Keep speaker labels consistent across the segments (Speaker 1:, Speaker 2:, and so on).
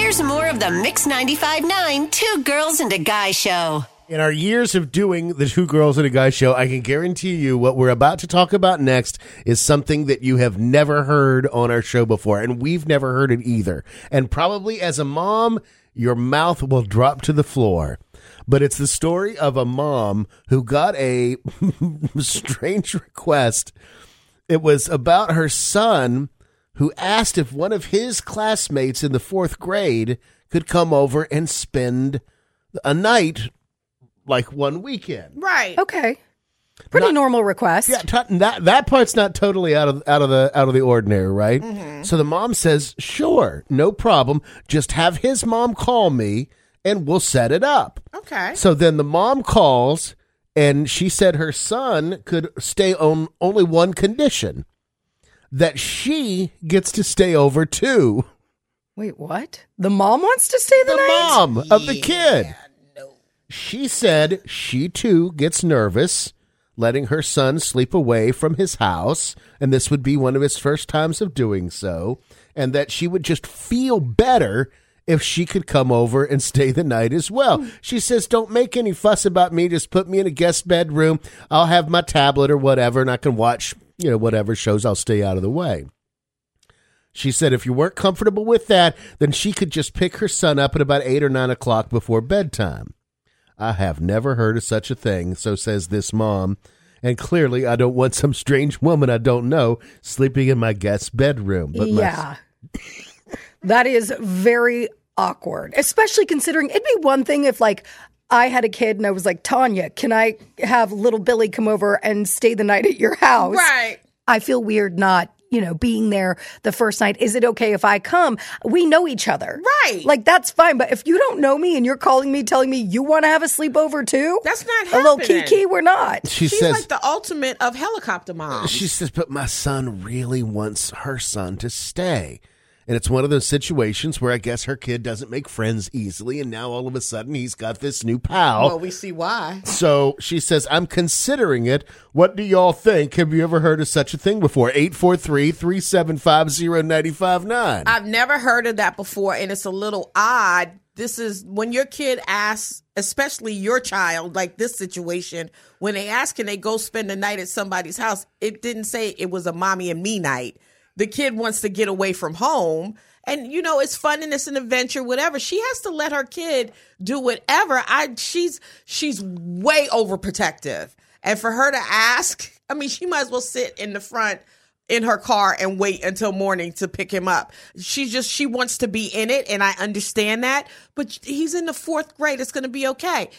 Speaker 1: Here's more of the Mix 95.9 Two Girls and a Guy Show.
Speaker 2: In our years of doing the Two Girls and a Guy show, I can guarantee you what we're about to talk about next is something that you have never heard on our show before, and we've never heard it either. And probably as a mom, your mouth will drop to the floor. But it's the story of a mom who got a strange request. It was about her son who asked if one of his classmates in the fourth grade could come over and spend a night like one weekend.
Speaker 3: Right.
Speaker 4: Okay. Pretty
Speaker 2: Not-
Speaker 4: normal request.
Speaker 2: Yeah, t- that that part's not totally out of out of the out of the ordinary, right?
Speaker 4: Mm-hmm.
Speaker 2: So the mom says, "Sure, no problem. Just have his mom call me, and we'll set it up."
Speaker 3: Okay.
Speaker 2: So then the mom calls, and she said her son could stay on only one condition: that she gets to stay over too.
Speaker 4: Wait, what? The mom wants to stay the,
Speaker 2: the
Speaker 4: night?
Speaker 2: mom of the kid. She said she too gets nervous letting her son sleep away from his house, and this would be one of his first times of doing so, and that she would just feel better if she could come over and stay the night as well. She says, Don't make any fuss about me. Just put me in a guest bedroom. I'll have my tablet or whatever, and I can watch, you know, whatever shows. I'll stay out of the way. She said if you weren't comfortable with that, then she could just pick her son up at about eight or nine o'clock before bedtime. I have never heard of such a thing, so says this mom. And clearly, I don't want some strange woman I don't know sleeping in my guest bedroom. But my-
Speaker 4: yeah. that is very awkward, especially considering it'd be one thing if, like, I had a kid and I was like, Tanya, can I have little Billy come over and stay the night at your house?
Speaker 3: Right.
Speaker 4: I feel weird not, you know, being there the first night. Is it okay if I come? We know each other.
Speaker 3: Right.
Speaker 4: Like, that's fine. But if you don't know me and you're calling me telling me you want to have a sleepover too,
Speaker 3: That's not
Speaker 4: A little
Speaker 3: happening.
Speaker 4: kiki, we're not.
Speaker 2: she
Speaker 3: She's
Speaker 2: says,
Speaker 3: like the ultimate of helicopter mom.
Speaker 2: She says, but my son really wants her son to stay. And it's one of those situations where I guess her kid doesn't make friends easily. And now all of a sudden he's got this new pal.
Speaker 3: well, we see why.
Speaker 2: So she says, I'm considering it. What do y'all think? Have you ever heard of such a thing before? 843 375 959.
Speaker 3: I've never heard of that before, and it's a little odd. This is when your kid asks, especially your child, like this situation, when they ask can they go spend the night at somebody's house, it didn't say it was a mommy and me night. The kid wants to get away from home. And you know, it's fun and it's an adventure, whatever. She has to let her kid do whatever. I she's she's way overprotective. And for her to ask, I mean, she might as well sit in the front in her car and wait until morning to pick him up. She just she wants to be in it and I understand that, but he's in the 4th grade. It's going to be okay.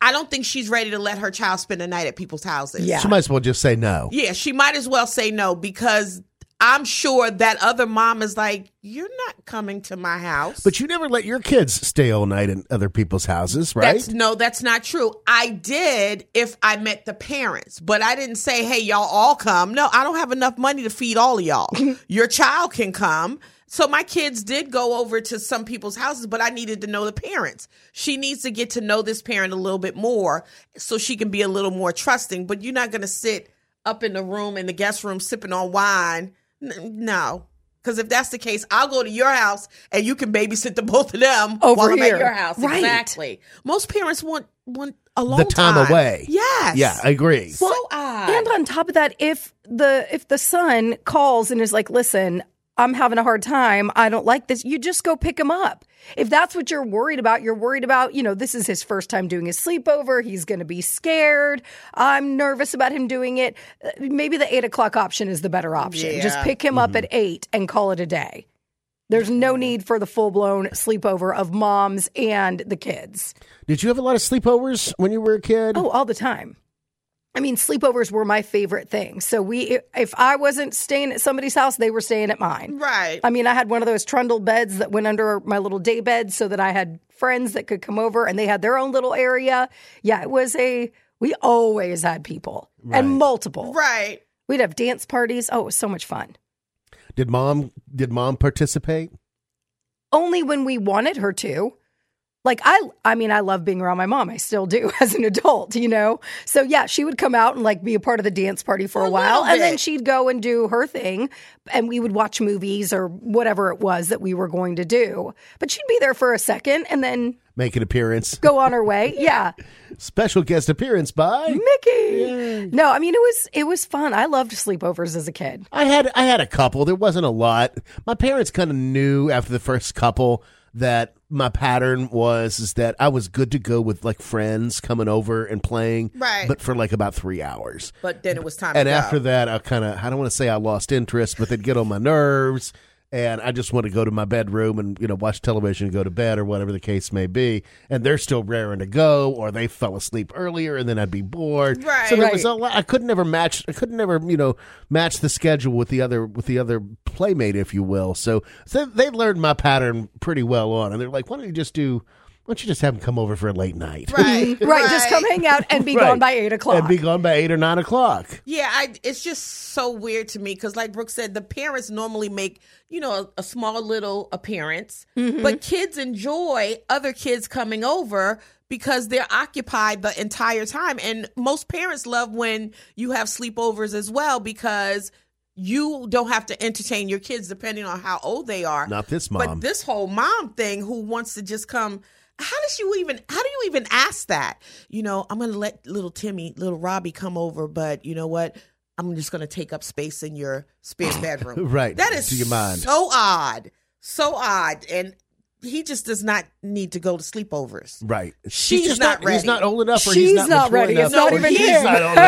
Speaker 3: I don't think she's ready to let her child spend the night at people's houses.
Speaker 4: Yeah.
Speaker 2: She might as well just say no.
Speaker 3: Yeah, she might as well say no because I'm sure that other mom is like, "You're not coming to my house."
Speaker 2: But you never let your kids stay all night in other people's houses, right?
Speaker 3: That's no, that's not true. I did if I met the parents, but I didn't say, "Hey, y'all all come." No, I don't have enough money to feed all of y'all. Your child can come. So my kids did go over to some people's houses, but I needed to know the parents. She needs to get to know this parent a little bit more so she can be a little more trusting, but you're not going to sit up in the room in the guest room sipping on wine. N- no. Cuz if that's the case, I'll go to your house and you can babysit the both of them
Speaker 4: Over
Speaker 3: while I'm
Speaker 4: here.
Speaker 3: at your house.
Speaker 4: Right.
Speaker 3: Exactly. Most parents want want alone
Speaker 2: The time away.
Speaker 3: Yes.
Speaker 2: Yeah, I agree.
Speaker 3: So odd.
Speaker 4: And on top of that, if the if the son calls and is like, "Listen, I'm having a hard time. I don't like this." You just go pick him up. If that's what you're worried about, you're worried about, you know, this is his first time doing his sleepover. He's going to be scared. I'm nervous about him doing it. Uh, Maybe the eight o'clock option is the better option. Just
Speaker 3: Yeah.
Speaker 4: pick him up at eight and call it a day. There's no need for the full blown sleepover of moms and the kids.
Speaker 2: Did you have a lot of sleepovers when you were a kid?
Speaker 4: Oh, all the time. I mean, sleepovers were my favorite thing. So we, if I wasn't staying at somebody's house, they were staying at mine.
Speaker 3: right.
Speaker 4: I mean, I had one of those trundle beds that went under my little day bed so that I had friends that could come over and they had their own little area. Yeah, it was a, we always had people and multiple.
Speaker 3: right.
Speaker 4: We'd have dance parties. Oh, it was so much fun.
Speaker 2: Did mom did mom participate?
Speaker 4: Only when we wanted her to. like I I mean I love being around my mom. I still do as an adult, you know. So yeah, she would come out and like be a part of the dance party for a, while and then
Speaker 3: bit.
Speaker 4: she'd go and do her thing and we would watch movies or whatever it was that we were going to do. But she'd be there for a second and then
Speaker 2: Make an appearance.
Speaker 4: go on her way. Yeah.
Speaker 2: Special guest appearance
Speaker 3: Mm-hmm.
Speaker 2: by
Speaker 4: Mickey. No, I mean it was it was fun. I loved sleepovers as a kid.
Speaker 2: I had I had a couple. There wasn't a lot. My parents kind of knew after the first couple that my pattern was is that I was good to go with like friends coming over and playing,
Speaker 3: Right.
Speaker 2: But for like about three hours,
Speaker 3: But then it was time
Speaker 2: and
Speaker 3: to
Speaker 2: after
Speaker 3: go.
Speaker 2: that, I kind of I don't want to say I lost interest, but they'd get on my nerves, and I just want to go to my bedroom and you know watch television and go to bed or whatever the case may be. And they're still raring to go, or they fell asleep earlier, and then I'd be bored.
Speaker 3: Right.
Speaker 2: So there
Speaker 4: Right.
Speaker 2: was a lot. I could never match. I could never you know match the schedule with the other with the other playmate, if you will. So, so they learned my pattern pretty well on, and they're like, why don't you just do. Why don't you just have them come over for a late night?
Speaker 3: Right,
Speaker 4: Right, just come hang out and be
Speaker 2: Right.
Speaker 4: gone by eight o'clock.
Speaker 2: And be gone by eight or nine o'clock.
Speaker 3: Yeah, I, it's just so weird to me because, like Brooke said, the parents normally make you know a, a small little appearance, but kids enjoy other kids coming over because they're occupied the entire time. And most parents love when you have sleepovers as well because you don't have to entertain your kids depending on how old they are.
Speaker 2: Not this mom.
Speaker 3: But this whole mom thing, who wants to just come? How does you even? How do you even ask that? You know, I'm gonna let little Timmy, little Robbie, come over, but you know what? I'm just gonna take up space in your spare bedroom.
Speaker 2: Right.
Speaker 3: That is
Speaker 2: to your mind.
Speaker 3: so odd, so odd, and he just does not need to go to sleepovers.
Speaker 2: Right.
Speaker 3: She's
Speaker 2: just
Speaker 3: not
Speaker 2: He's
Speaker 3: ready.
Speaker 2: not old enough, or
Speaker 4: She's
Speaker 2: he's not,
Speaker 4: not
Speaker 2: mature
Speaker 4: ready.
Speaker 2: Enough,
Speaker 4: It's not
Speaker 2: or
Speaker 4: even
Speaker 2: he's
Speaker 4: him.
Speaker 2: not old enough.